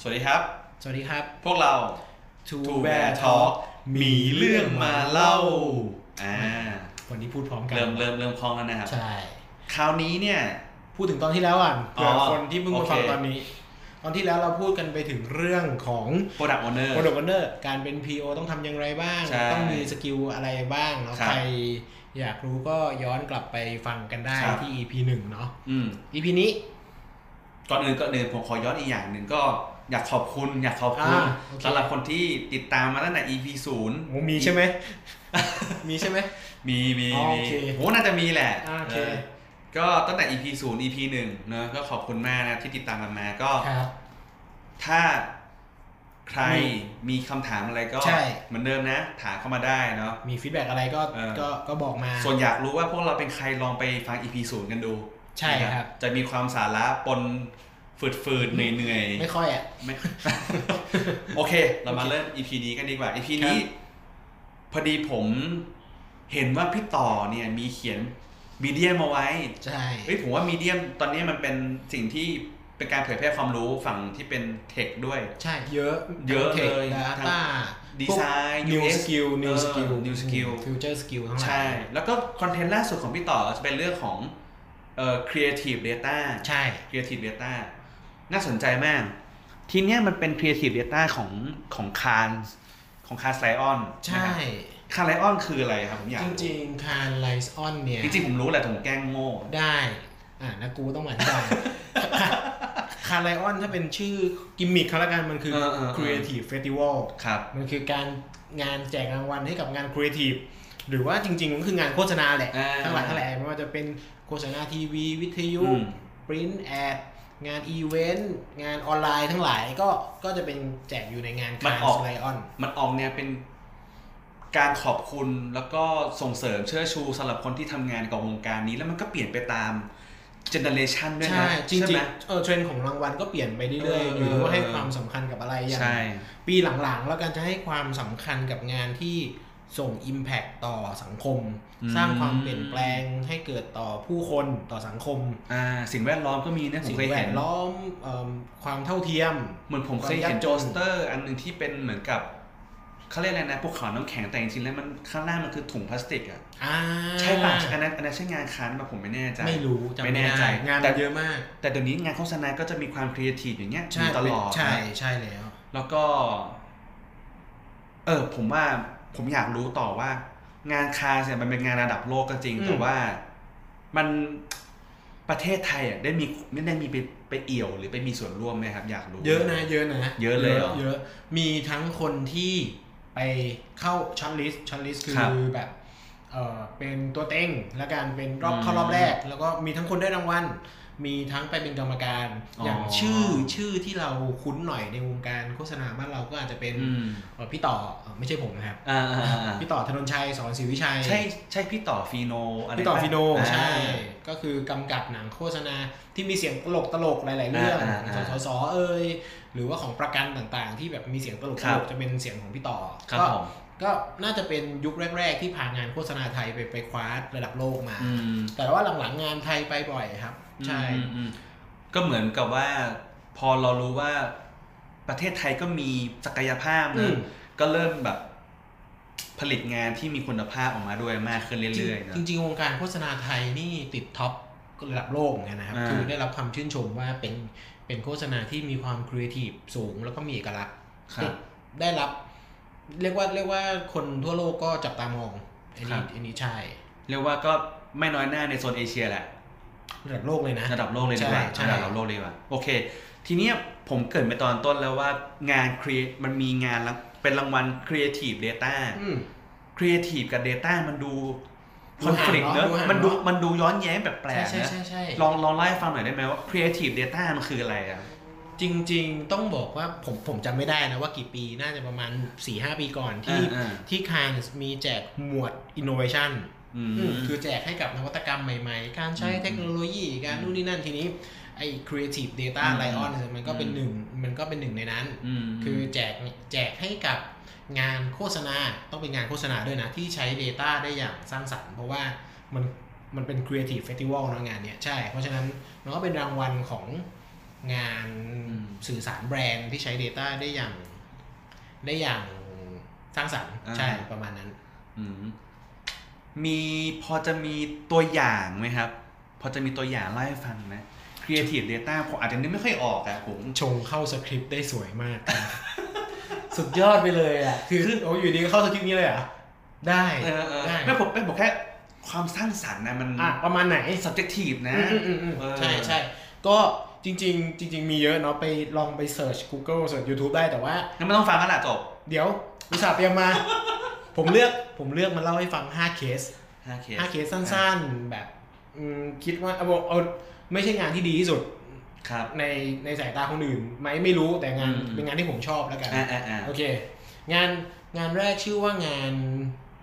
สวัสดีครับ สวัสดีครับ พวกเรา To To Bear Bear Talk Talk มีเรื่องมาเล่า อ่า วันนี้พูดพร้อมกัน เริ่มเริ่มเริ่มคล่องแล้วนะครับ ใช่ คราวนี้เนี่ย พูดถึงตอนที่แล้วอ่ะเผื่ออ อ คนที่เพิ่ง โอ มา เค ฟังตอนนี้ ตอนที่แล้วเราพูดกันไปถึงเรื่องของ Product Owner Product Owner การเป็น PO ต้องทำอย่างไรบ้าง ใช่ ต้องมีสกิลอะไรบ้างเนาะ ครับ ใครอยากรู้ก็ย้อนกลับไปฟังกันได้ ครับ ที่ EP หนึ่งเนาะ อืม EP นี้ ก่อนอื่นก่อนอื่นผมขอย้อนอีกอย่างหนึ่งก็อยากขอบคุณอยากขอบคุณ อ่าโอเค สำหรับคนที่ติดตามมาตั้งแต่ EP ศูนย์ โอ้มีใช่ไหม มีใช่ไหม มีมี อ๋อ มี โอเค โหน่าจะมีแหละ อ่าโอเอเคอก็ตั้งแต่ EP ศูนย์ EP หนึ่งเนอะก็ขอบคุณมากนะที่ติดตามกันมาก็ ครับ ถ้าใคร มี มีคำถามอะไรก็ ใช่ เหมือนเดิมนะ ถามเข้ามาได้เนาะ มีฟีดแบ็อะไรก็ เออ ก็ก็บอกมา ส่วนอยากรู้ว่าพวกเราเป็นใครลองไปฟัง EP ศูนย์กันดู ใช่ครับ นะจะมีความสาระปนฝืดๆ เหนื่อยๆ ไม่ค่อยอ่ะ ไม่ โอเค เรามาเริ่ม EP นี้กันดีกว่า EP นี้ พอดีผมเห็นว่าพี่ต่อเนี่ยมีเขียนมีเดียมเอาไว้ ใช่ เฮ้ยผมว่ามีเดียมตอนนี้มันเป็นสิ่งที่เป็นการเผยแพร่ความรู้ฝั่งที่เป็นเทคด้วย ใช่เยอะ เยอะเลย ดา ทั้ง ต้า ดีไซน์ new UX skill เอ new อ skill new skill future skill ทั้งหลาย ใช่ แล้วก็คอนเทนต์ล่าสุดของพี่ต่อจะเป็นเรื่องของเอ่อ creative data ใช่ Creative Data น่าสนใจมาก ทีเนี้ยมันเป็น Creative Data ของของคานของคานไลออน ใช่ คานไลออนคืออะไรครับผมอยาก จริงๆคารไลซ์ออนเนี่ย จริงจริงๆผมรู้แหละแต่ผมแกล้งโง่ ได้อ่านะกูต้องหมั่นใจ คารไลออนถ้าเป็นชื่อกิมมิคเขาละกันมันคือ เออเออเออ Creative Festival ครับ มันคือการงานแจกรางวัลให้กับงาน Creative หรือว่าจริง ๆ มันคืองานโฆษณาแหละ อ่า ทั้งหลายทั้งแหล่ไม่ว่าจะเป็นโฆษณาทีวี วิทยุ อืม ปริ้นแอด งานอีเวนต์ งานออนไลน์ทั้งหลายก็ก็จะเป็นแจกอยู่ในงาน มั คาน ร์ ออก ไลออน มันออกเนี่ยเป็นการขอบคุณแล้วก็ส่งเสริมเชิดชูสำหรับคนที่ทำงานกับวงการนี้แล้วมันก็เปลี่ยนไปตามเจเนเรชันด้วย ใช่ นะ จริง ใช่ไหม ๆเออเทรนด์ของรางวัลก็เปลี่ยนไปเรื่อยๆ เออ อยู่ที่ว่าให้ เออ ความสำคัญกับอะไรอย่าง ใช่ ปีหลังๆ แล้วกันจะให้ความสำคัญกับงานที่ส่ง Impact ต่อสังคม อืม สร้างความเปลี่ยนแปลงให้เกิดต่อผู้คนต่อสังคม อ่าสิ่งแวดล้อมก็มีนะผม สิ่ง เคย แว เห็น ดล้อมเอิ่มความเท่าเทียม เหมือนผมเคย ความยาก เห็น จน โจสเตอร์ อันหนึ่งที่เป็นเหมือนกับเขาเรียกอะไรนะภูเขาน้ำแข็งแต่จริงๆแล้วมันข้างล่างมันคือถุงพลาสติกอ่ะ อ่า ใช่ป่ะอันนั้นอันนั้นใช่งานค้านป่ะผมไม่แน่ใจ ไม่รู้จำ ไม่ ไม่ แน่ แน่ ใจ ใจงาน แต่ มันเยอะมาก แต่เดี๋ยวนี้งานโฆษณาก็จะมีความครีเอทีฟอย่างเงี้ย ใช่ มีตลอด ใช่ นะ ใช่แล้ว แล้วก็ เออ ผมว่าผมอยากรู้ต่อว่า งานคานเนี่ยมันเป็นงานระดับโลกก็จริง อืม แต่ว่ามันประเทศไทยอ่ะได้มีไม่ได้มีไปไปเอี่ยวหรือไปมีส่วนร่วมไหมครับ อยากรู้ เยอะนะเยอะนะ เยอะเลยเหรอ เยอะมีทั้งคนที่ไปเข้าช็อตลิสต์ช็อตลิสต์คือ ครับ แบบเออเป็นตัวเต็งและการเป็นรอบ อืม เข้ารอบแรก แล้วก็มีทั้งคนได้รางวัลมีทั้งไปเป็นกรรมการ อ๋อ อ อ ย่างชื่อชื่อที่เราคุ้นหน่อยในวงการโฆษณาบ้านเราก็อาจจะเป็น อืม เอ่อพี่ต่อเอ่อไม่ใช่ผมนะครับ อ่าอ่าอ่า พี่ต่อธนนชัยสอนศรีวิชัย ใช่ใช่พี่ต่อฟีโนอะไร พี่ต่อ ปะ ฟิโน อ่า ใช่ ก็คือกำกับหนังโฆษณาที่มีเสียงตลกตลกๆหลาย ๆ เรื่อง อ่าอ่า ข อ่า องสสเอ่ยหรือว่าของประกันต่างๆ ที่แบบมีเสียงตลก ค ต รั ล บ กจะเป็นเสียงของพี่ต่อ ครับ ก็ ผม ก็น่าจะเป็นยุคแรก ๆ ที่พางานโฆษณาไทยไปไปคว้าระดับโลกมา อืม แต่ว่าหลังๆงานไทยไปบ่อยครับ ใช่ อืมอืมก็เหมือนกับว่า พอเรารู้ว่าประเทศไทยก็มีศักยภาพ อื นะ ม ก็เริ่มแบบ ผลิตงานที่มีคุณภาพออกมาด้วยมากขึ้นเรื่อยๆนะ จริงๆวงการโฆษณาไทยนี่ติดท็อประดับโลกเหมือนกันนะครับ อ่า คือได้รับความชื่นชมว่าเป็นเป็นโฆษณาที่มีความครีเอทีฟสูงแล้วก็มีเอกลักษณ์ ครับ ได้รับ เรียกว่าเรียกว่าคนทั่วโลกก็จับตามองอัน ครั นี้ บ อันนี้ใช่ เรียกว่าก็ไม่น้อยหน้าในโซนเอเชีย แหละ ระดับโลกเลยนะ ระดับโลกเลยดีกว่า ใช่ใช่ ระดับโลกเลยดีกว่า โอเค ทีเนี้ยผมเกริดไปตอนต้นแล้วว่างานครีมันมีงานละเป็นรางวัล Creative Data อืม ครีเอทีฟกับ Data มันดูค ดู อน ห่าง ฟ lict เน เน อะ อะ ดูห่าง มันดู เนอะ มันดูย้อนแย้งแบบแปล ใช่ กนะใช่ใช่ใช่ ลองลองเล่าให้ฟังหน่อยได้ไหมว่าครีเอทีฟ Data มันคืออะไรอ่ะ จริง ๆ ต้องบอกว่าผมผมจำไม่ได้นะว่ากี่ปีน่าจะประมาณ 4-5หปีก่อนที่ อ่าๆ ที่คานมีแจกหมวด innovation อืม คือแจกให้กับนวัตกรรมใหม่ ๆ การใช้ อืม เทคโนโลยีการนู่นนี่นั่นทีนี้ ไอ้ Creative Data อืม Lion เนี่ยมันก็เป็นหนึ่งมันก็เป็นหนึ่งในนั้น ม คือแจกแจกให้กับงานโฆษณาต้องเป็นงานโฆษณาด้วยนะ ที่ใช้ Data ได้อย่างสร้างสรรค์ เพราะว่ามันมันเป็น Creative Festival เนอะงานเนี้ยใช่ เพราะฉะนั้นมันก็เป็นรางวัลของงานสื่อสารแบรนด์ที่ใช้ Data ได้อย่าง ได้อย่างสร้างสรรค์ใช่ประมาณนั้น อืมมีพอจะมีตัวอย่างไหมครับ พอจะมีตัวอย่างเล่าให้ฟังนะ Creative Data ผมอาจจะนึกไม่ค่อยออกอะผม ชงเข้าสคริปต์ได้สวยมาก สุดยอดไปเลยอ่ะ คือโอ้อยู่ดีก็เข้าสคริปต์นี้เลยเหรอ่ะ ได้ เออเออ ได้ ไม่ผมไม่ผมแค่ความสร้างสรรค์นะมัน อ่ะประมาณไหน subjective นะ อืมอืมอืม เออ ใช่ใช่ก็จริง ๆ จริง ๆ มีเยอะเนาะไปลองไปเสิร์ช Google เสิร์ช YouTube ได้แต่ว่า งั้นไม่ต้องฟังกันละจบ เดี๋ยวอุตส่าห์เตรียมมา ผมเลือกผมเลือกมาเล่าให้ฟัง 5 เคส 5เคส 5 เคสสั้นๆ แบบอืมคิดว่าเอาเอาไม่ใช่งานที่ดีที่สุด ครับ ในในสายตาคนอื่นไหมไม่รู้แต่งาน อืม เป็นงานที่ผมชอบแล้วกัน อ่าอ่าอ่า โอเค งานงานแรกชื่อว่างาน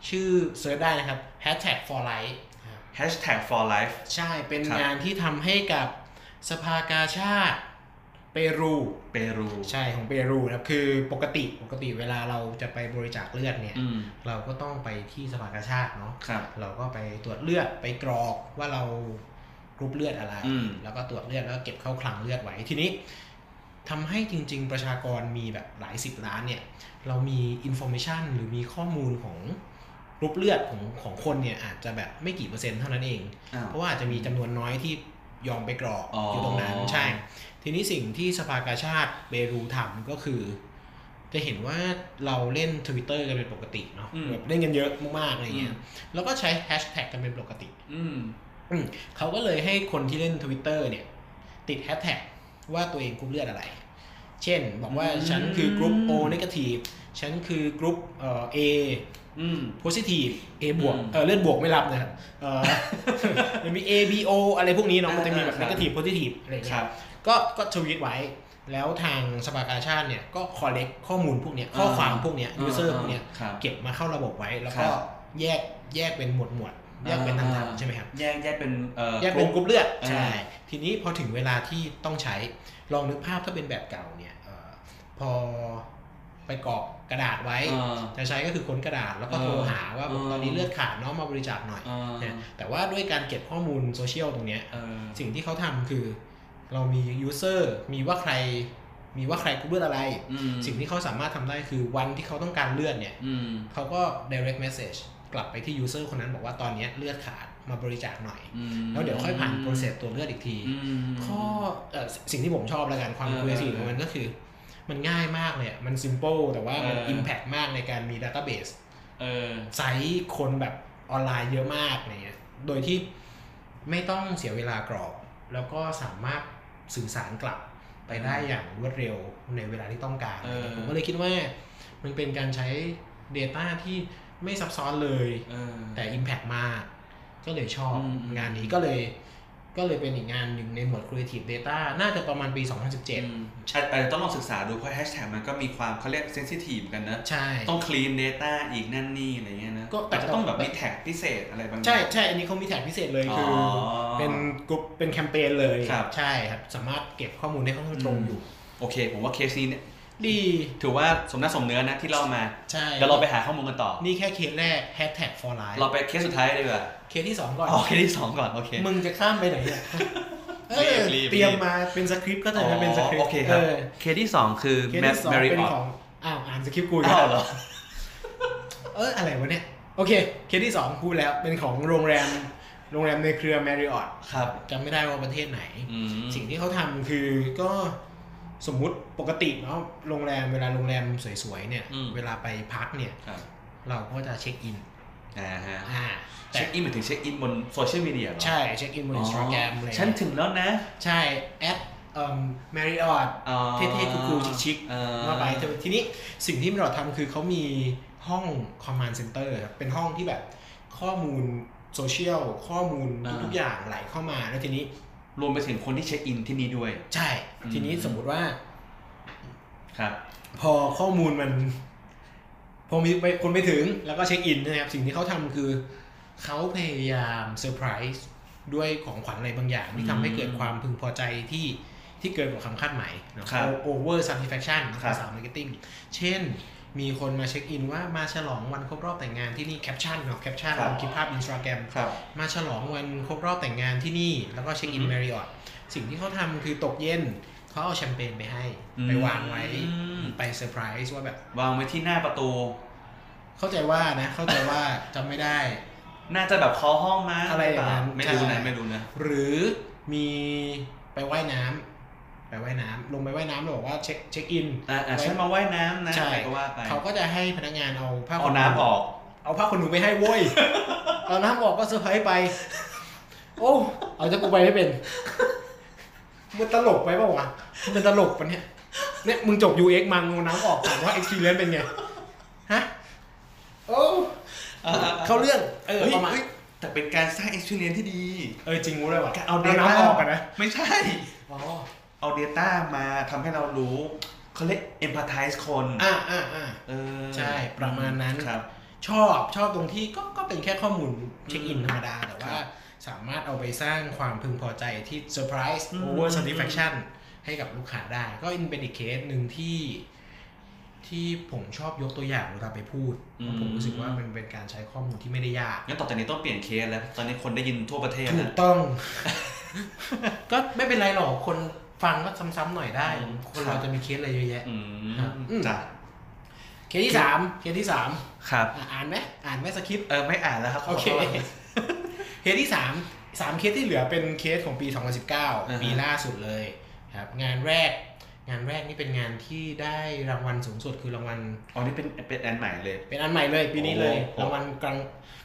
ชื่อเซิร์ชได้นะครับ hashtag for life ครับ แฮชแท็ก for life ใช่เป็น ครับ งานที่ทำให้กับสภากาชาติเปรู เปรู ใช่ของเปรูนะครับ คือปกติปกติเวลาเราจะไปบริจาคเลือดเนี่ย อืม เราก็ต้องไปที่สภากาชาติเนาะ ครับ เราก็ไปตรวจเลือดไปกรอกว่าเรากรุ๊ปเลือดอะไร อืม แล้วก็ตรวจเลือดแล้วก็เก็บเข้าคลังเลือดไว้ทีนี้ทำให้จริง ๆ ประชากรมีแบบหลายสิบล้านเนี่ย เรามีอินโฟมชันหรือมีข้อมูลของกรุ๊ปเลือดของของคนเนี่ยอาจจะแบบไม่กี่เปอร์เซ็นต์เท่านั้นเอง อ้าว เพราะว่าอาจจะมีจำนวนน้อยที่ยอมไปกรอก อ๋ออ อยู่ตรงนั้นใช่ ทีนี้สิ่งที่สภากาชาติเบรูทำก็คือ จะเห็นว่าเราเล่นทวิตเตอร์กันเป็นปกติเนาะ อืม แบบเล่นกันเยอะมากๆอะไรเงี้ยแล้วก็ใช้แฮชแท็กกันเป็นปกติ อืม อืมเขาก็เลยให้คนที่เล่นทวิตเตอร์เนี่ย ติดแฮชแท็กว่าตัวเองกรุ๊ปเลือดอะไร เช่น บอกว่า อืม ฉันคือกรุ๊ป O น e g a t i v e ฉันคือกรุ๊ปเอ่อ A อืม positive A บวก อืม เออเลือดบวกไม่รับนะครับเอ อ มันมี A B O อะไรพวกนี้เนาะมันจะมีแบบ อ่าๆครับ negative positive อะไรอย่าง ค เงี้ รั ย บ ก็ก็ทวีตไว้ แล้วทางสภากาชาติเนี่ย ก็ collect ข้อมูลพวกเนี้ยข้อความพวกเนี้ย user พวกเนี้ย ครับ เก็บมาเข้าระบบไว้แล้ว ค ก็ รับ แยกแยกเป็นหมวดหมวดๆแยกเป็นทาง อ่าๆ ๆใช่ไหมครับ แยกแยกเป็นเอ่อ แยกเป็นกรุ๊ปเลือด อ่า ใช่ ทีนี้พอถึงเวลาที่ต้องใช้ลองนึกภาพถ้าเป็นแบบเก่าเนี่ยเออพอไปกรอกกระดาษไว้ เออ จะใช้ก็คือค้นกระดาษแล้วก็โทร เออ หาว่า เออ ตอนนี้เลือดขาดเนาะมาบริจาคหน่อย เออ นะแต่ว่าด้วยการเก็บข้อมูลโซเชียลตรงเนี้ย เออ สิ่งที่เขาทำคือ เรามียูเซอร์มีว่าใครมีว่าใครกรุ๊ปเลือดอะไร อืม สิ่งที่เขาสามารถทำได้คือวันที่เขาต้องการเลือดเนี่ย อืม เขาก็ direct message กลับไปที่ยูเซอร์คนนั้นบอกว่าตอนเนี้ยเลือดขาดมาบริจาคหน่อย อืม แล้วเดี๋ยวค่อยผ่านโปรเซสตัวเลือดอีกที อืม ข้อเอ่อสิ่งที่ผมชอบละกันความ เออ คุยสีของมันก็คือ มันง่ายมากเลยอะมัน simple แต่ว่ามัน เออ impact มากในการมี database เออ ไซส์คนแบบออนไลน์เยอะมากอะไรเงี้ย โดยที่ไม่ต้องเสียเวลากรอก แล้วก็สามารถสื่อสารกลับไปได้อย่างรวดเร็วในเวลาที่ต้องการ เออ ผมก็เลยคิดว่า มันเป็นการใช้ Data ที่ไม่ซับซ้อนเลย เออ แต่ Impact มาก ก็เลยชอบ อืม งานนี้ก็เลย ก็เลยเป็นอีกงานหนึ่งในหมวด Creative Data น่าจะประมาณปีอื2017มอาจอาจจะต้องลองศึกษาดูเพราะแฮชแท็กมันก็มีความเขาเรียกเซนซิทีฟกันนะ ใช่ ต้อง clean data อีกนั่นนี่อะไรเงี้ยนะ ก็แต่ แต่จะต้องแบบมีแท็กพิเศษอะไรบางอย่าง ใช่ใช่อันนี้เขามีแท็กพิเศษเลยคืออเป็นกลุ่มเป็นแคมเปญเลย ครับ ใช่ครับ สามารถเก็บข้อมูลได้ค่อนข้างตรง อืม อยู่ โอเค ผมว่าเคสนี้เนี่ย ดี ถือว่าสมน้าสมเนื้อนะที่เล่ามา ใช่ เดี๋ยวเราไปหาข้อมูลกันต่อ นี่แค่เคสแรก Hashtag for life เราไปเคสสุดท้ายดีกว่า เคสที่ 2 ก่อน อ๋อเคสที่สองก่อน โอเค มึงจะข้ามไปไหนเนี่ยเอ รี อบ รีบ เตรียมมาเป็นสคริปต์ก็จะได้เป็นสคริป อ๋อโอ ต์ เคครับ เออ เคสที่สองคือ เคส Map ที่สอง Mary เป็น Ott ของอ้าวอ่านสคริปต์กูอีก อ้า แล้ว ว เหรอ เอออะไรวะเนี่ย โอเค เคสที่ 2 พูดแล้วเป็นของโรงแรม โรงแรมในเครือ Marriott ครับ จำไม่ได้ว่าประเทศไหน อืม สิ่งที่เขาทำคือก็สมมุติปกติเนาะโรงแรมเวลาโรงแรมสวยๆเนี่ย อืม เวลาไปพักเนี่ย ครับ เราก็จะเช็คอิน อ่าฮะ อ่าแต่ เช็คอินหมายถึงเช็คอินบนโซเชียลมีเดียเหรอ ใช่ เช็คอินบนอินสตาแกรมอะไร ฉัน เงี้ย ถึงแล้วนะ ใช่แอดเอ่อ Marriott อ๋อ เท่ๆคูลๆชิค เออ ว่าไปแต่ทีนี้สิ่งที่เราทำคือเขามีห้อง command center ครับเป็นห้องที่แบบข้อมูลโซเชียลข้อมูล อ่า ทุกๆอย่างไหลเข้ามาแล้วทีนี้ รวมไปถึงคนที่เช็คอินที่นี่ด้วย ใช่ อืม ทีนี้สมมุติว่า ครับ พอข้อมูลมัน พอมีไปคนไปถึงแล้วก็เช็คอินนะครับ สิ่งที่เขาทำคือ เขาพยายามเซอร์ไพรส์ ด้วยของขวัญอะไรบางอย่างที่ทำให้เกิดความพึงพอใจที่ที่เกินกว่าคำคาดหมาย ครับ โอเวอร์ซั t ติ c t i o n ครับ ภาษามาร์เก็ตติ้งเช่น มีคนมาเช็คอินว่ามาฉลองวันครบรอบแต่งงานที่นี่แคปชั่นเนาะแคปชั่น ครับ คลิปภาพอินสตาแกรม ครับ มาฉลองวันครบรอบแต่งงานที่นี่แล้วก็เช็คอิน อือฮึ แมริออทสิ่งที่เขาทำคือตกเย็นเขาเอาแชมเปญไปให้ อืม ไปวางไว้ไปเซอร์ไพรส์ว่าแบบ วางไว้ที่หน้าประตู เข้าใจว่านะ เข้าใจว่าจำไม่ได้ น่าจะแบบเคาะห้องมา อะไรอย่างนั้น ไม่รู้นะ ใช่ ไม่รู้นะ หรือมีไปว่ายน้ำไปว่ายน้ำลงไปว่ายน้ำแล้วบอกว่าเช็คเช็คอิน อ่าอ่าฉันมาว่ายน้ำนะ ใช่ อะไรก็ว่าไป เขาก็จะให้พนักงานเอาผ้า เอาน้ำออก เอาผ้าขนหนูไปให้โว้ย เอาน้ำออกก็เซอร์ไพรส์ไป โอ้เอาจะกูไปไม่เป็นมันตลกไปเปล่าวะมันตลกปะเนี่ยเนี่ยมึงจบ UX มังงน้ำออกถามว่า experience เป็นไงฮะโอ้เขาเรื่องเออ เฮ้ย ประมาณ เฮ้ยแต่เป็นการสร้าง experience ที่ดี เออจริงรู้เลยว่ะ เอา น้ำ data ออกกันนะ ไม่ใช่ อ๋อ เอา data มาทำให้เรารู้เขาเรียก empathize คน อ่าอ่าอ่า เออ ใช่ประมาณนั้น ครับ ชอบชอบตรงที่ก็ก็เป็นแค่ข้อมูลเช็คอินธรรมดา แต่ว่าสามารถเอาไปสร้างความพึงพอใจที่เซอร์ไพรส์ อืม โอเวอร์สั t ติ c t i o n ให้กับลูกค้าได้ ก็เป็นอีกเคสหนึ่งที่ ที่ผมชอบยกตัวอย่างเวลาไปพูดเพราะผมรู้สึกว่ามันเป็นการใช้ข้อมูลที่ไม่ได้ยาก งั้นต่อจากนี้ต้องเปลี่ยนเคสแล้ว ตอนนี้คนได้ยินทั่วประเทศ ถู แล้ ก ว ต้อง ก็ไม่เป็นไรหรอกคนฟังก็ซ้ำๆหน่อยได้ อืม คนเราจะมีเคสอะไรเยอะแยะ อืม ครับ จ้ะ เคสที่สามเคสที่สาม ครับ อ่ะอ่านไหมอ่านไหมสคริปต์ เออไม่อ่านแล้วครับ โอเค ขโทษ เคสที่สามสามเคสที่เหลือเป็นเคสของปี าฮะ 2019 ปีล่าสุดเลยครับงานแรก งานแรกนี่เป็นงานที่ได้รางวัลสูงสุดคือรางวัล อ๋อนี่เป็นเป็นอันใหม่เลย เป็นอันใหม่เลยปีนี้เลย โอ้โห รางวัลกลาง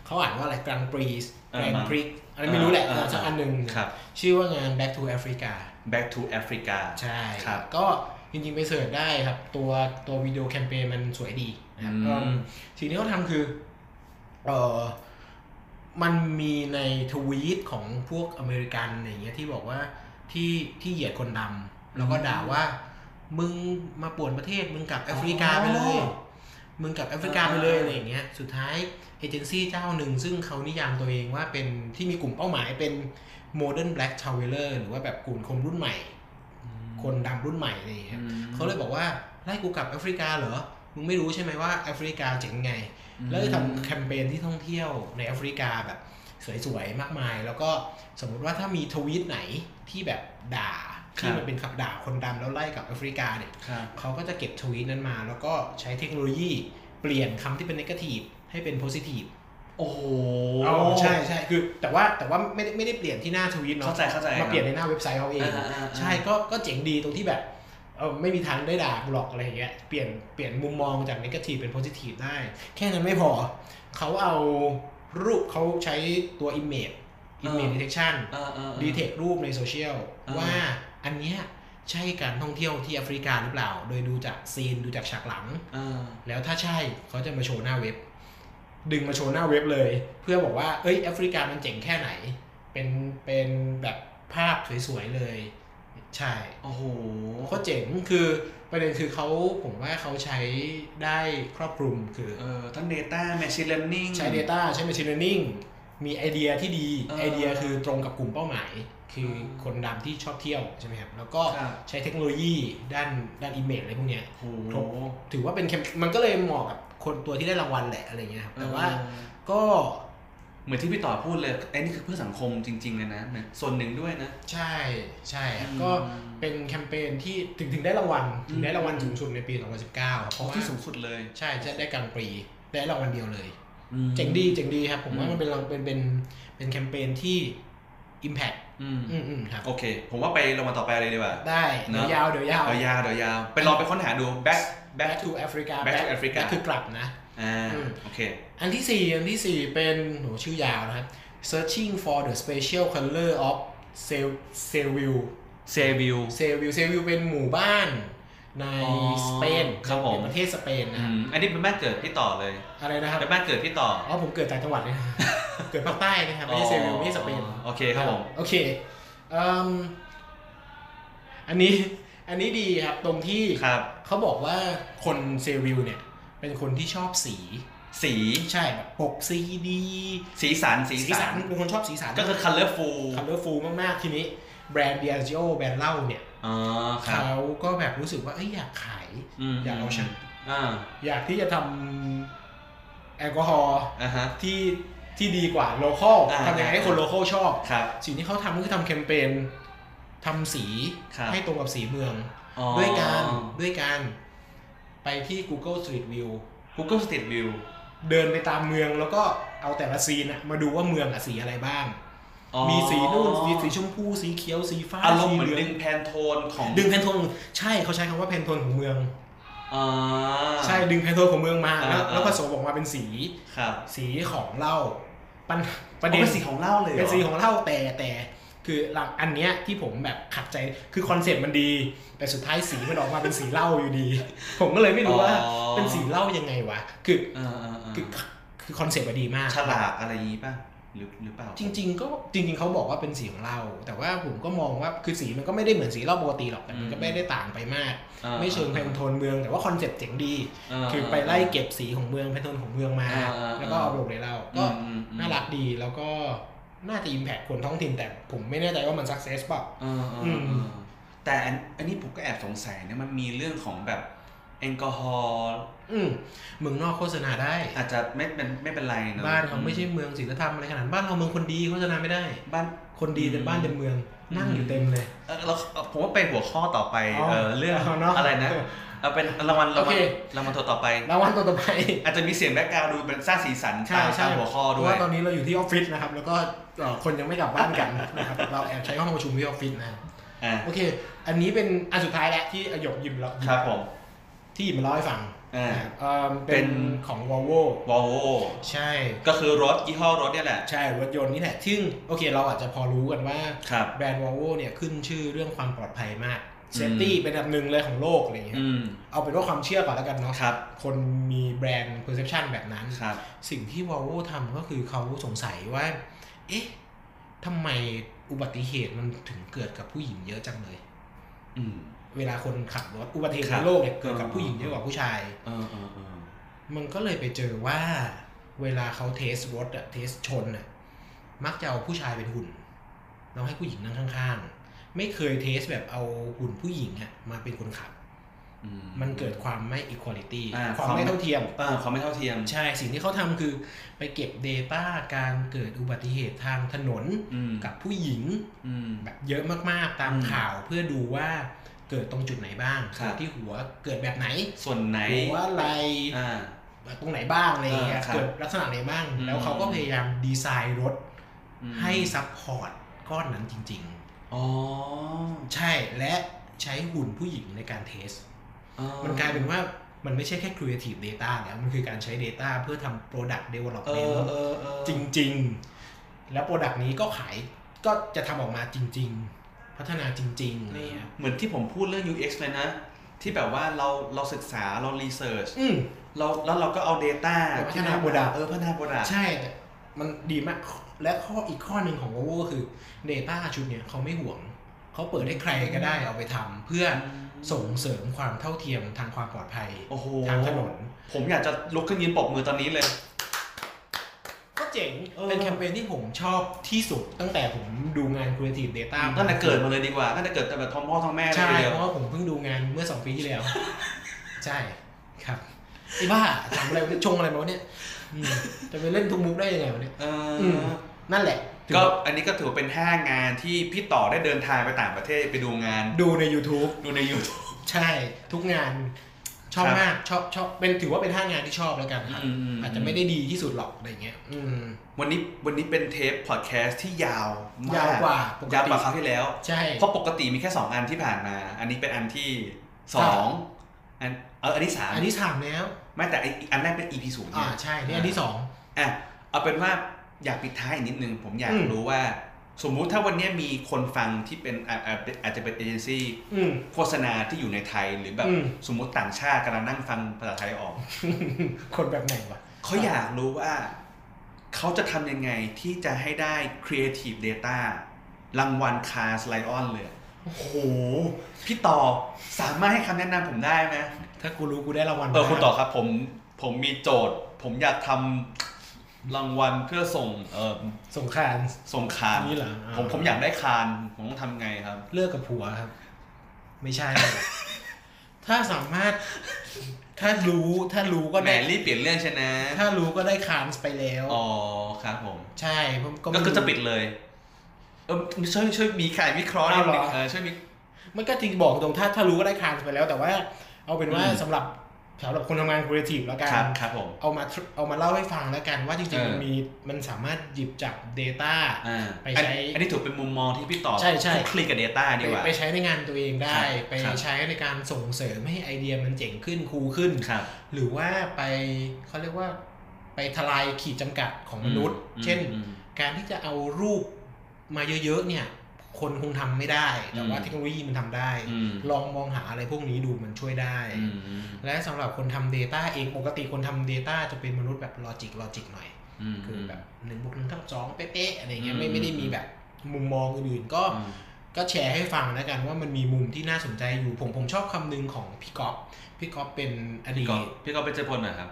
เขาอ่านว่าอะไรกลางปรีส เออแกรน มา พริกอันนี้นไม่รู้แหละ เออเออ สักอันหนึ่ง ครับ ชื่อว่างาน back to Africa back to Africa ใช่ ครับ ก็จริงๆไปเสิร์ชได้ครับตัวตัววิดีโอแคมเปญมันสวยดีนะครับ อืม ก็สิ่งที่เขาทำคือเออมันมีในทวีตของพวกอเมริกันอย่างเงี้ยที่บอกว่าที่ที่เหยียดคนดำแล้วก็ด่าว่า มึงมาป่วนประเทศมึงกลับแอฟริกาไปเลย มึงกลับแอฟริกาไปเลยอะไรอย่างเงี้ยสุดท้ายเอเจนซี่เจ้าหนึ่ง ซึ่งเขานิยามตัวเองว่าเป็นที่มีกลุ่มเป้าหมายเป็น modern black traveler หรือว่าแบบกลุ่มคนรุ่นใหม่ คนดำรุ่นใหม่อะไรอย่างเงี้ย อืม เขาเลยบอกว่าไล่กูกลับแอฟริกาเหรอ มึงไม่รู้ใช่ไหมว่าแอฟริกาเจ๋งไง แล้วก็ทำแคมเปญที่ท่องเที่ยวในแอฟริกาแบบสวยๆ มากมาย แล้วก็สมมุติว่าถ้ามีทวีตไหนที่แบบด่า ที่มันเป็นขับด่าคนดำแล้วไล่กลับแอฟริกาเนี่ย ครับ เขาก็จะเก็บทวีตนั้นมา แล้วก็ใช้เทคโนโลยีเปลี่ยนคำที่เป็นนกาทีฟให้เป็นโพซิทีฟ โอ้โห ใช่ใช่คือ แต่ว่าแต่ว่าไม่ได้ไม่ได้เปลี่ยนที่หน้าทวีตเนาะ เข้าใจเข้าใจ มาเปลี่ยนในหน้าเว็บไซต์เขาเอง อ่าอ่าอ่า ใช่ก็ก็เจ๋งดีตรงที่แบบเออไม่มีทางได้ด่ากูหรอกอะไรอย่างเงี้ยเปลี่ยนเปลี่ยนมุมมองจากนกาทีฟเป็นโพซิทีฟได้ แค่นั้นไม่พอ เขาเอารูปเขาใช้ตัว Image เอ Image อ Detection อ่าอ่าอ่า ดีเทครูปในโซเชียล อ่า ว่าอันเนี้ยใช่การท่องเที่ยวที่แอฟริกาหรือเปล่า โดยดูจากซีนดูจากฉากหลัง อ่า แล้วถ้าใช่เขาจะมาโชว์หน้าเว็บ ดึงมาโชว์หน้าเว็บเลย เพื่อบอกว่าเอ้ยแอฟริกามันเจ๋งแค่ไหน เป็นเป็นแบบภาพสวยๆเลย ใช่ โอ้โห ผมก็เจ๋งคือประเด็นคือเขาผมว่าเขาใช้ได้ครอบคลุมคือ เออทั้ง Data Machine Learning ใช้ Data ใช้ Machine Learning มีไอเดียที่ดี เออ ไอเดียคือตรงกับกลุ่มเป้าหมาย คืออ ม คนดำที่ชอบเที่ยวใช่ไหมครับ แล้วก็ ครับ ใช้เทคโนโลยีด้านด้านอิมเมจอะไรพวกเนี้ย โอ้โห ครบ ถือว่าเป็นแคมมันก็เลยเหมาะกับคนตัวที่ได้รางวัลแหละอะไรเงี้ยครับ แต่ว่า เออ ก็ เหมือนที่พี่ต่อพูดเลยไอ้นี่คือเพื่อสังคมจริงๆเลยนะนะส่วนหนึ่งด้วยนะ ใช่ใช่ครับ อืม ก็เป็นแคมเปญที่ถึงถึงได้รางวัล อืม ถึงได้รางวัลสูงสุดในปี 2019เพ โอ้ ราะว่า ที่สูงสุดเลย ใช่จะได้กลางปีได้รางวัลเดียวเลย อืม เจ๋งดีเจ๋งดีครับ ผมว่า อืม มันเป็นรางเป็นเป็นเป็นแคมเปญที่ Impact อืม อืมอืมครับ โอเค ผมว่าไปลงมาลต่อไปเลยดีกว่า ได้เดี๋ยว เนอะ ยาวเดี๋ยวยาว เดี๋ยวยาวเดี๋ยวยาว ไปลองไปค้นหาดู back back back to Africa Back to Africa back คือกลับนะ อ่า อืม โอเค อันที่ 4 อันทีสี่ 4 เป็นโหนูชื่อยาวนะครับ searching for the special color of s e l s e v i l l เซวิว s e v i l l s e v i l l เป็นหมู่บ้านใน อ๋อ สเปน ครับผม ในประเทศสเปน อื นะครับ มอันนี้เป็นบ้านเกิดพี่ต่อเลย อะไรนะครับ เป็นบ้านเกิดพี่ต่อ อ๋อ ผมเกิดต่างจังหวัดนะ เกิดภาคใต้นะครับ ไม่ใช่เซวิลไม่ใช่สเปน โอเคครับผม โอเคเอิ่มอันนี้ อันนี้ดีครับ ตรงที่ ครับ เขาบอกว่าคนเซวิลเนี่ย เป็นคนที่ชอบสี สี ใช่แบบปกซีดี สีสันสี สี สั สัน น เป็นคนชอบสีสัน ก็คือ colorful คัลเลอร์ฟูลมาก ๆ ทีนี้แบรนด์เดียร์จิโอแบรนด์เหล้าเนี่ย อ๋อครับ เขาก็แบบรู้สึกว่าเอ้ยอยากขาย ม อยากเอาชนะ อ่า อยากที่จะทำแอลกอฮอล์ อ่าฮะ ที่ที่ดีกว่าโลคอล อ่า ทำยังไงให้คนโลคอลชอบ ครับ สิ่งที่เขาทำก็คือทำแคมเปญทำสี ครับ ให้ตรงกับสีเมือง อ๋อ ด้วยการด้วยการไปที่ Google Street View Google Street View เดินไปตามเมืองแล้วก็เอาแต่ละซีนอะมาดูว่าเมืองอะสีอะไรบ้าง อ๋อ มีสีนู่นมีสีชมพูสีเขียวสีฟ้า อารมณ์เหมือน สี ดึ ง งแพนโทนของ ดึงแพนโทนใช่เขาใช้คำว่าแพนโทนของเมือง อ่า ใช่ดึงแพนโทนของเมืองมา อ่า แล้ว อ่า แล้วผสมออกมาเป็นสี ครับ สีของเหล้าปัญป อ๋อ ระเด็น เป็นสีของเหล้าเลยหร เป็นสีของเหล้าแต่แต่คือหลักอันเนี้ยที่ผมแบบขัดใจคือคอนเซ็ปต์มันดี แต่สุดท้ายสีมันออกมาเป็นสีเหล้าอยู่ดี ผมก็เลยไม่รู้ว่า อ๋อ เป็นสีเหล้ายังไงวะคือ อ่าอ่าอ่า คือคือคอนเซ็ปต์มันดีมาก ฉลากอะไรอย่างงี้ป่ะหรือหรือเปล่า จริง ๆ ก็จริง ๆเขาบอกว่าเป็นสีของเรา แต่ว่าผมก็มองว่าคือสีมันก็ไม่ได้เหมือนสีเหล้าปกติหรอกแต่มันก็ไม่ได้ต่างไปมาก อ่า ไม่เชิงแพนโทนเมืองแต่ว่าคอนเซ็ปต์เจ๋งดี า คือไปไล่เก็บสีของเมืองแพนโทนของเมืองมา อ่าอ่า แล้วก็เอาไปลงในเหล้า อื ก็ มอืมอืม น่ารักดีแล้วก็น่าจะอิมแพคคนท้องถิ่นแต่ผมไม่แน่ใจว่ามันสักเซสเปล่า อ่าอ่า อืม อ่าแต่อันอันนี้ผมก็แอบสงสัยนะมันมีเรื่องของแบบแอลกอฮอล์ อืมเมืองนอกโฆษณาได้ อาจจะไม่เป็นไม่เป็นไรเนอะ บ้านเขาไม่ใช่เมืองศีลธรรมอะไรขนาดนั้นบ้านเราเมืองคนดีโฆษณาไม่ได้ บ้าน คนดีแต่บ้านเต็มเมืองนั่งอยู่เต็มเลย เออเราผมว่าไปหัวข้อต่อไป อ๋อ เออเรื่อง เอาเนอะ อะไรนะเอาเป็นรางวัลรางวั โอเค ลรางวัลตัวต่อไป รางวัลตัวต่อไป อาจจะมีเสียงแบ็กกราวด์ดูเป็นสร้างสีสัน ใช่ ตาม ใช่ ตามหัวข้อ เพ ด้ ราะ วย ว่าตอนนี้เราอยู่ที่ออฟฟิศนะครับ แล้วก็เอ่อคนยังไม่กลับบ้านกันนะครับ เราแอบใช้ห้องประชุมที่ออฟฟิศนะ อ่า โอเค อันนี้เป็นอันสุดท้ายแล้วที่อหยกหยิมเรา ครับผม ที่หยิมมาเล่าให้ฟัง อ่า เอ่อ เป็ เป็น น ของ v o l v o วอลโว ใช่ ก็คือรถยี่ห้อรถเนี่ยแหละ ใช่รถยนต์นี่แหละ ซึ่งโอเคเราอาจจะพอรู้กันว่า ครับ แบรนด์ v o l v o เนี่ยขึ้นชื่อเรื่องความปลอดภัยมาก อืม เซฟตี้เป็นอันดับหนึ่งเลยของโลกอะไรอย่างเงี้ย อืม เอาเป็นว่าความเชื่อก่อนแล้วกันเนาะ ครับ คนมีแบรนด์ perception แบบนั้น ครับ สิ่งที่วอลโวทำก็คือเขาสงสัยว่า เอ๊ะทำไมอุบัติเหตุมันถึงเกิดกับผู้หญิงเยอะจังเลย อืม เวลาคนขับรถอุบัติเหตุ ครั ใน บ โลกเนี่ยเกิดกับผู้หญิงเยอะกว่าผู้ชาย เออเออเออ มันก็เลยไปเจอว่า เวลาเขาเทสรถอะเทสชนอะมักจะเอาผู้ชายเป็นหุ่นแล้วให้ผู้หญิงนั่งข้างๆ ไม่เคยเทสแบบเอาหุ่นผู้หญิงอะมาเป็นคนขับ อื มันเกิดความไม่อีควอลิตี้ อ่า ความ ความ ไม่เท่าเทียม เออความไม่เท่าเทียม ใช่ สิ่งที่เขาทำคือไปเก็บ Data การเกิดอุบัติเหตุทางถนน อืม กับผู้หญิง อืม แบบเยอะมากๆตาม อืม ข่าวเพื่อดูว่าเกิดตรงจุดไหนบ้าง ครับ ที่หัวเกิดแบบไหน ส่วนไหน หัวอะไร อ่า ตรงไหนบ้างอะไรอย่างเงี้ย เออครับ เกิดลักษณะไหนบ้าง อืม แล้วเขาก็พยายามดีไซน์รถ อืม ให้ซัพพอร์ตก้อนนั้นจริง อ๋อ ๆ ใช่และใช้หุ่นผู้หญิงในการเทส อ๋อ มันกลายเป็นว่ามันไม่ใช่แค่ Creative Data แล้วมันคือการใช้ Data เพื่อทำ Product เอ Development อเออเออ จริงๆ แล้วโปรดักต์นี้ก็ขายก็จะทำออกมาจริง ๆ พัฒนาจริงๆอะไรอย่างเงี้ย เหมือนที่ผมพูดเรื่อง UX เลยนะ ที่แบบว่าเราเราศึกษาเรา research อืม เราแล้วเราก็เอา Data แล้วพัฒนา ที่เ product เออพัฒนาโปรดัก ใช่แต่มันดีมาก และข้ออีกข้อหนึ่งของ Volvo ก็คือ Data ชุดเนี่ยเขาไม่ห่วง เขาเปิดให้ใครก็ได้เอาไปทำเพื่อส่งเสริมความเท่าเทียมทางความปลอดภัย โอ้โห ทางถนน ผมอยากจะลุกขึ้นยืนปรบมือตอนนี้เลย ก็เจ๋ง เออ เป็นแคมเปญที่ผมชอบที่สุดตั้งแต่ผมดูงาน Creative Data ตั้งแต่เกิดมาเลยดีกว่าตั้งแต่เกิดแต่แบบท้องพ่อท้องแม่เลย ใช่ ทีเดียว เพราะว่าผมเพิ่งดูงานเมื่อสองปีที่แล้ว ใช่ครับไอ้บ้าถามอะไรวะเนี่ยชงอะไรมาวะเนี่ยอืมจะไปเล่นทุกมุกได้ยังไงวะเนี่ย เออ มนั่นแหละถือ ก็ ว่า อันนี้ก็ถือว่าเป็นห้างานที่พี่ต่อได้เดินทางไปต่างประเทศไปดูงาน ดูใน YouTube ดูใน YouTube ใช่ทุกงานชอบ ครับ มากชอบชอบเป็นถือว่าเป็นห้างานที่ชอบแล้วกันครับ อืมอืม อาจจะไม่ได้ดีที่สุดหรอกอะไรเงี้ยอืม วันนี้วันนี้เป็นเทปพอดแคสต์ที่ยาวม ยาวกว่าปก ยาว ติ กว่าคราวที่แล้ว ใช่ เพราะปกติมีแค่สองอันที่ผ่านมา อันนี้เป็นอันที่สอ ครั ง บ อันเอออันที่สาม อันที่สามแล้ว ไม่แต่อีกอันแรกเป็น EP ศูนย์ อ่า เนี่ย ใช่เนี่ยอันที่สอง อ่ะเอาเป็นว่าอยากปิดท้ายอีกนิดนึง ผมอยาก อืม รู้ว่า สมมุติถ้าวันเนี้ยมีคนฟังที่เป็นอาอาอาอาจจะเป็นเอเจนซี่ อืม โฆษณาที่อยู่ในไทย หรือแบบ อืม สมมุติต่างชาติกำลังนั่งฟังภาษาไทยออก คนแบบไหนวะ เขาอยากรู้ว่า เขาจะทำยังไงที่จะให้ได้ Creative Data รางวัลคาสไลออนเลย โอ้โห พี่ต่อสามารถให้คำแนะนำผมได้ไหม ถ้ากูรู้กูได้รางวัล เออคุณต่อครับผมผมมีโจทย์ ผมอยากทำรางวัลเพื่อส่งเอ่อ สงคราม ส่งคาน นี่เหรออ่า ผมผมอยากได้คาน ผมต้องทำไงครับ เลิกกับผัวครับ ไม่ใช่ ถ้าสามารถ ถ้ารู้ถ้ารู้ก็ แหม ได้ รีบเปลี่ยนเรื่องใช่นะ ถ้ารู้ก็ได้คานส์ไปแล้ว อ๋อครับผม ใช่ผมก็ ก็ ไม่ คือ รู้ จะปิดเลย เออช่วยช่วยมีขายวิเคราะห์นิดนึง เอาเหรอ เออช่วยมี มันก็จริงบอกตรงถ้าถ้ารู้ก็ได้คานส์ไปแล้ว แต่ว่า เอาเป็นว่า อืม สำหรับสำหรับคนทำงานครีเอทีฟแล้วกัน ครับครับผม เอามาเอามาเล่าให้ฟังแล้วกันว่าจริง เออๆมันมีมันสามารถหยิบจาก Data อ่า ไปใช้ อันอันนี้ถือเป็นมุมมองที่พี่ต่อ ใช่ใช่ คลุกคลีกับ Data ดีกว่า ไปใช้ในงานตัวเองคได้รับ ไป ครับ ใช้ในการส่งเสริมให้ไอเดียมันเจ๋งขึ้นคูลขึ้น ครับ หรือว่าไปเขาเรียกว่าไปทลายขีดจำกัดของมนุษย์ อืม เช่น อืม การที่จะเอารูปมาเยอะๆเนี่ย คนคงทำไม่ได้ แต่ว่า อืม เทคโนโลยีมันทำได้ อืม ลองมองหาอะไรพวกนี้ดูมันช่วยได้ อืม และสำหรับคนทำ Data เองปกติคนทำ Data จะเป็นมนุษย์แบบลอจิกลอจิกหน่อย อืม คือแบบหนึ่งบวกหนึ่งเท่ากับสองเป๊ะๆอะไรเงี้ย อืม ไม่ไม่ได้มีแบบมุมมองอื่นๆก็ อืม ก็แชร์ให้ฟังแล้วกันว่ามันมีมุมที่น่าสนใจอยู่ผมผมชอบคำหนึงของพี่ก๊อฟพี่ก๊อฟเป็นอดี พี่ ต ก็พี่ก็ไปเจอพลหน่อยครับ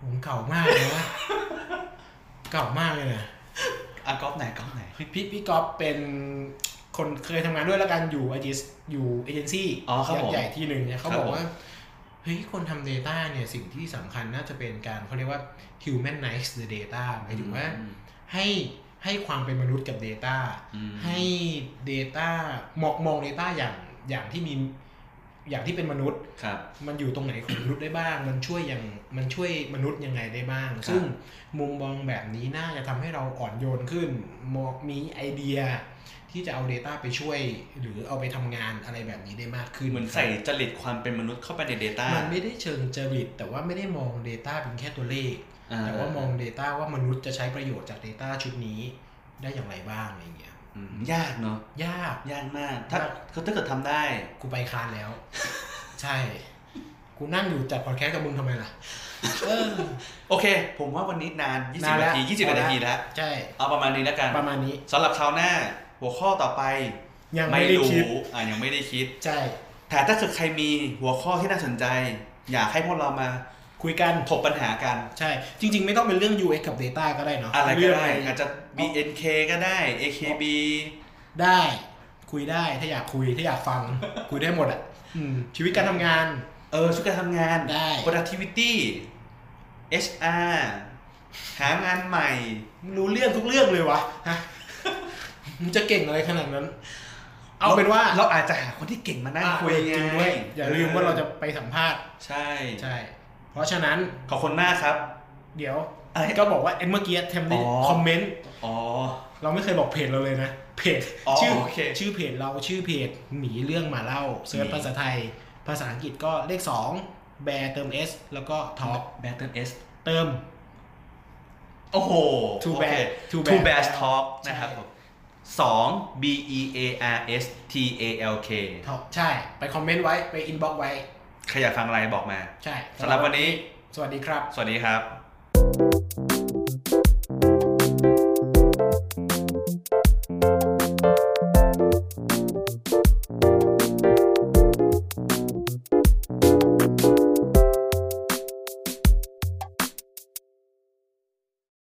ผมเก่ามากเลยนะ เก่ามากเลยนะ อ่ะก๊อฟไหนก๊อฟไหน พี่พี่พี่ก๊อฟเป็นคนเคยทำงานด้วยแล้วกันอยู่ไอจีอยู่เอเจนซี่ อ๋อครับ ยัก ผมษ์ใหญ่ที่หนึ่งเนี่ยเขา ครับ บอผกม ว่าเฮ้ยคนทำ Data เนี่ยสิ่งที่สำคัญน่าจะเป็นการเขาเรียกว่า humanize the data หมายถึงว่า ให้ให้ความเป็นมนุษย์กับ Data อืม ให้ Data มองมอง Data อย่างอย่างที่มีอย่างที่เป็นมนุษย์ ครับ มันอยู่ตรงไหนของมนุษย์ได้บ้าง มันช่วยอย่างมันช่วยมนุษย์ยังไงได้บ้าง ครับ ซึ่งมุมมองแบบนี้น่าจะทำให้เราอ่อนโยนขึ้นมองมีไอเดีย ที่จะเอา Data ไปช่วย หรือเอาไปทำงานอะไรแบบนี้ได้มากขึ้น เหมือนใส่จริตความเป็นมนุษย์เข้าไปใน Data มันไม่ได้เชิงจริตแต่ว่าไม่ได้มอง Data เป็นแค่ตัวเลข แต่ว่ามอง Data ว่ามนุษย์จะใช้ประโยชน์จาก Data ชุดนี้ได้อย่างไรบ้างอะไรอย่างเงี้ย อืมยากเนาะ ยาก ยากมาก ถ้าย าก คือถ้าเกิดทำได้ กูไปคานแล้ว ใช่ กูนั่งอยู่จัดพอดแคสต์กับมึงทำไมล่ะ เออ โอเค ผมว่าวันนี้นาน นาน 20 แล้ นาว ที พอ 20 แล้ว นาทีแล้ว ใช่ เอาประมาณนี้แล้วกัน ประมาณนี้ สำหรับคราวหน้า หัวข้อต่อไป ยังไม่ได้คิด อ่ะยังไม่ได้คิด ใช่ แต่ถ้าเกิดใครมีหัวข้อที่น่าสนใจ อยากให้พวกเรามา คุยกัน ถกปัญหากัน ใช่ จริง ๆ ไม่ต้องเป็นเรื่อง UX กับ Data ก็ได้เนาะ อะไรก็ เง ได้ หน อาจจะ BNK ก็ได้ AKB ได้ คุยได้ ถ้าอยากคุย ถ้าอยากฟัง คุยได้หมดอ่ะอืมชีวิตการทำงาน เออช่วยกันทำงาน ได้ productivity HR หางานใหม่ มึงรู้เรื่องทุกเรื่องเลยวะฮะมึงจะเก่งอะไรขนาดนั้น เอาเป็นว่า เราอาจจะหาคนที่เก่งมานั่ง อ่ะ คุยไงจริงด้วย อย่าลืมว่าเราจะไปสัมภาษณ์ ใช่ ใช่ เพราะฉะนั้น ขอบคุณมากครับ เดี๋ยว อะไร ก็บอกว่าเอ็นเมื่อกี้เทมนี้ อ๋อ คอมเมนต์ อ๋อ เราไม่เคยบอกเพจเราเลยนะ เพจ อ๋อ ชื่ โอเค ชื่อเพจเราชื่อเพจหมีเรื่องมาเล่าเซิร์ช หมี ภาษาไทย ภาษาอังกฤษก็เลข 2 แบร์เติม S แล้วก็ท็อป แบทเทิลเอส เติม โอ้โห Two โอ Bear เค Two two Bear bears talk นะครับ ใช่ ผมสอง B E A R S T A L K ท็อปใช่ ไปคอมเมนต์ไว้ไปอินบ็อกซ์ไว้ ใครอยากฟังอะไรบอกมา ใช่ สำหรับวันนี้ สวัสดีครับ สวัสดีครับ